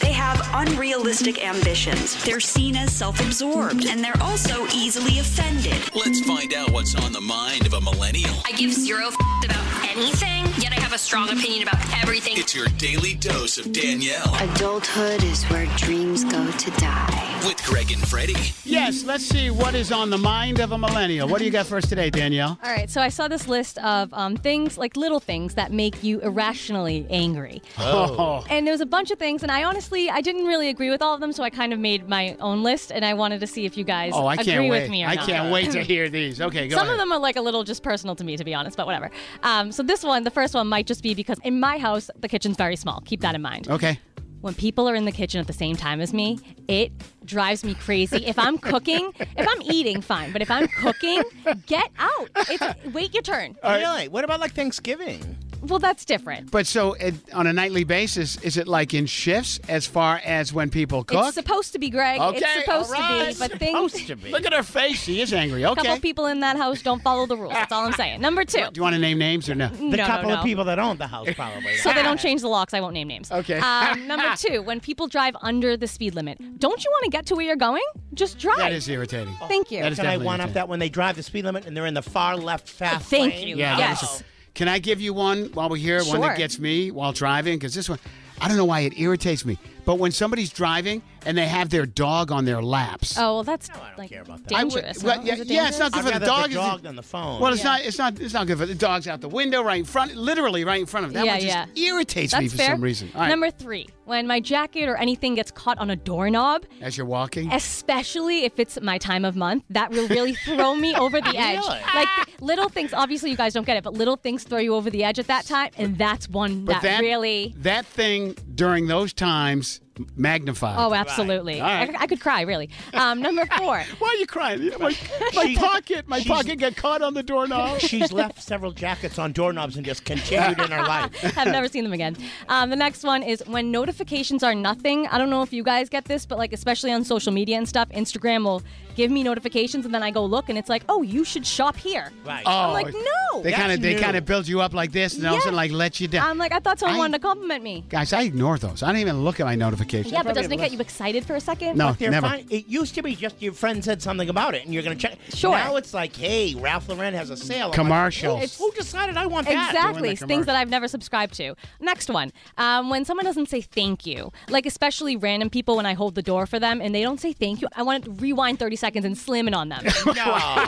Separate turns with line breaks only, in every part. They have unrealistic ambitions. They're seen as self absorbed, and they're also easily offended.
Let's find out what's on the mind of a millennial.
I give zero f- about anything, yet I have a strong opinion about everything.
It's your daily dose of Danielle
Adulthood is where dreams go to die.
with Greg and Freddie.
Yes, let's see what is on the mind of a millennial. What do you got for us today, Danielle?
All right, so I saw this list of um, things, like little things that make you irrationally angry.
Oh.
And there was a bunch of things, and I honestly, I didn't really agree with all of them, so I kind of made my own list, and I wanted to see if you guys
Oh, I
agree
can't
with
wait.
me or
I
not.
can't wait to hear these. Okay, go
Some
ahead.
of them are like a little just personal to me, to be honest, but whatever. Um, so this one, the first one might just be because in my house, the kitchen's very small. Keep that in mind.
Okay.
When people are in the kitchen at the same time as me, it drives me crazy. If I'm cooking, if I'm eating, fine, but if I'm cooking, get out. It's, wait your turn.
Really? What about like Thanksgiving?
Well, that's different.
But so it, on a nightly basis, is it like in shifts as far as when people cook?
It's supposed to be Greg.
okay,
it's supposed
all right.
to be, but things.
Supposed to be.
Look at her face. She is angry.
A couple
Okay.
people in that house don't follow the rules. That's all I'm saying. Number two.
Do you want to name names or no?
the
no,
couple
no,
of
no.
people that own the house, probably.
So they don't change the locks. I won't name names.
Okay.
Um, number two, when people drive under the speed limit, don't you want to get to where you're going? Just drive.
That is irritating.
Thank you.
That is
Can I
definitely
one up
irritating.
that when they drive the speed limit and they're in the far left fast
Oh, Thank
lane?
you.
Yeah, that is-
yes.
Can I give you one while we're here? One that
Sure.
gets me while driving? Because this one, I don't know why it irritates me. But when somebody's driving and they have their dog on their laps.
Oh well, that's like
care about that.
I would-
dangerous.
well,
no?
yeah,
Is it
yeah, it's not
dangerous?
good for the
I'd rather
dog.
the
is
dog
it-
than the phone.
Well, it's not. It's not. It's not good for the dog's out the window, right in front, literally right in front of. That
Yeah,
one just
yeah.
irritates me
That's
for
fair.
some reason. All right.
Number three, when my jacket or anything gets caught on a doorknob,
As you're walking.
especially if it's my time of month that will really throw me over the edge
Really?
like th- little things obviously you guys don't get it but little things throw you over the edge at that time and that's one
But
that, really
that thing during those times magnified.
oh absolutely
Right. All right.
I, I could cry really um, number four
Why are you crying? My, my pocket, my
she's-
pocket got caught on the doorknob.
She's left several jackets on doorknobs and just continued in her life.
I've never seen them again. Um, the next one is when notifications are nothing. I don't know if you guys get this, but like especially on social media and stuff, Instagram will give me notifications and then I go look and it's like, oh, you should shop here.
Right.
Oh,
like, no.
They
That's
kind of they
new.
kind of build you up like this, and all of a
Yeah.
sudden like let you down.
I'm like, I thought someone
I-
wanted to compliment me.
Guys, I ignore those. I don't even look at my notifications.
Yeah, but
probably
doesn't it
have
get
less-
you excited for a second?
No,
They're
never.
fine. It used to be just your friend said something about it, and you're going to check.
Sure.
Now it's like, hey, Ralph Lauren has a sale. I'm like,
Commercials.
who- who decided I want that?
doing
Exactly.
the
Things
commercial.
that I've never subscribed to. Next one. Um, when someone doesn't say thank you, like especially random people when I hold the door for them and they don't say thank you, I want to rewind 30 seconds and slam it on them.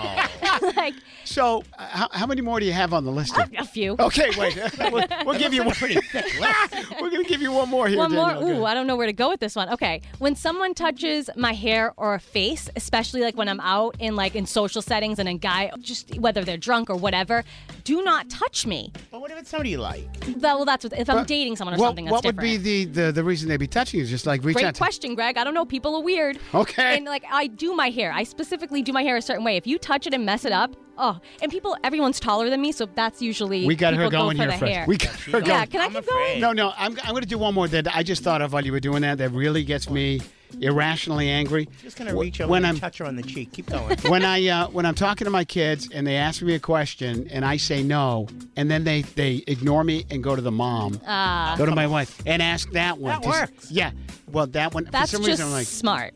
No.
like
So, uh, how, how many more do you have on the list? here?
a few.
Okay, wait. we'll we'll give you one.
Pretty thick list.
We're gonna give you one more here.
One more.
Danielle. Go
Ooh,
ahead.
I don't know where to go with this one. Okay. When someone touches my hair or face, especially like when I'm out in like in social settings and a guy just whether they're drunk or whatever, do not touch me.
But what if it's somebody you like?
That, well, that's what, if I'm dating someone or
what,
something. That's
what would
different.
be the, the the reason they'd be touching you? Is Just like reach
Great
out. to-
question, Greg. I don't know. People are weird.
Okay.
And like I do my hair. I specifically do my hair a certain way. If you touch it and mess it up, oh. And people, everyone's taller than me, so that's usually
we got her
people go
going
for
here,
the
Fred.
hair.
We got her
yeah.
going.
Can I
I'm
keep going?
afraid.
No, no. I'm I'm gonna do one more that I just thought of while you were doing that. That really gets me irrationally angry.
Just going to
Wh-
reach over
when
and
I'm
touch her on the cheek. Keep going.
when I uh, when I'm talking to my kids and they ask me a question and I say no, and then they they ignore me and go to the mom,
Ah.
go to my wife, and ask that one.
That
Does-
works.
Yeah. Well, that one
That's
for some
just
reason I'm like,
smart.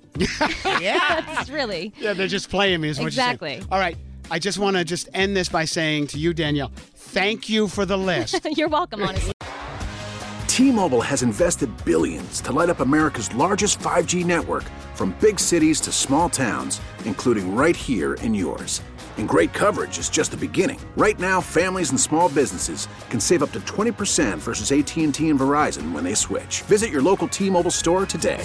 yeah.
That's really.
yeah, they're just playing me. Is what you're saying.
Exactly.
All right. I just want to just end this by saying to you, Danielle, thank you for the list.
You're welcome, honestly.
T-Mobile has invested billions to light up America's largest 5G network from big cities to small towns, including right here in yours. And great coverage is just the beginning. Right now, families and small businesses can save up to 20% versus AT&T and Verizon when they switch. Visit your local T-Mobile store today.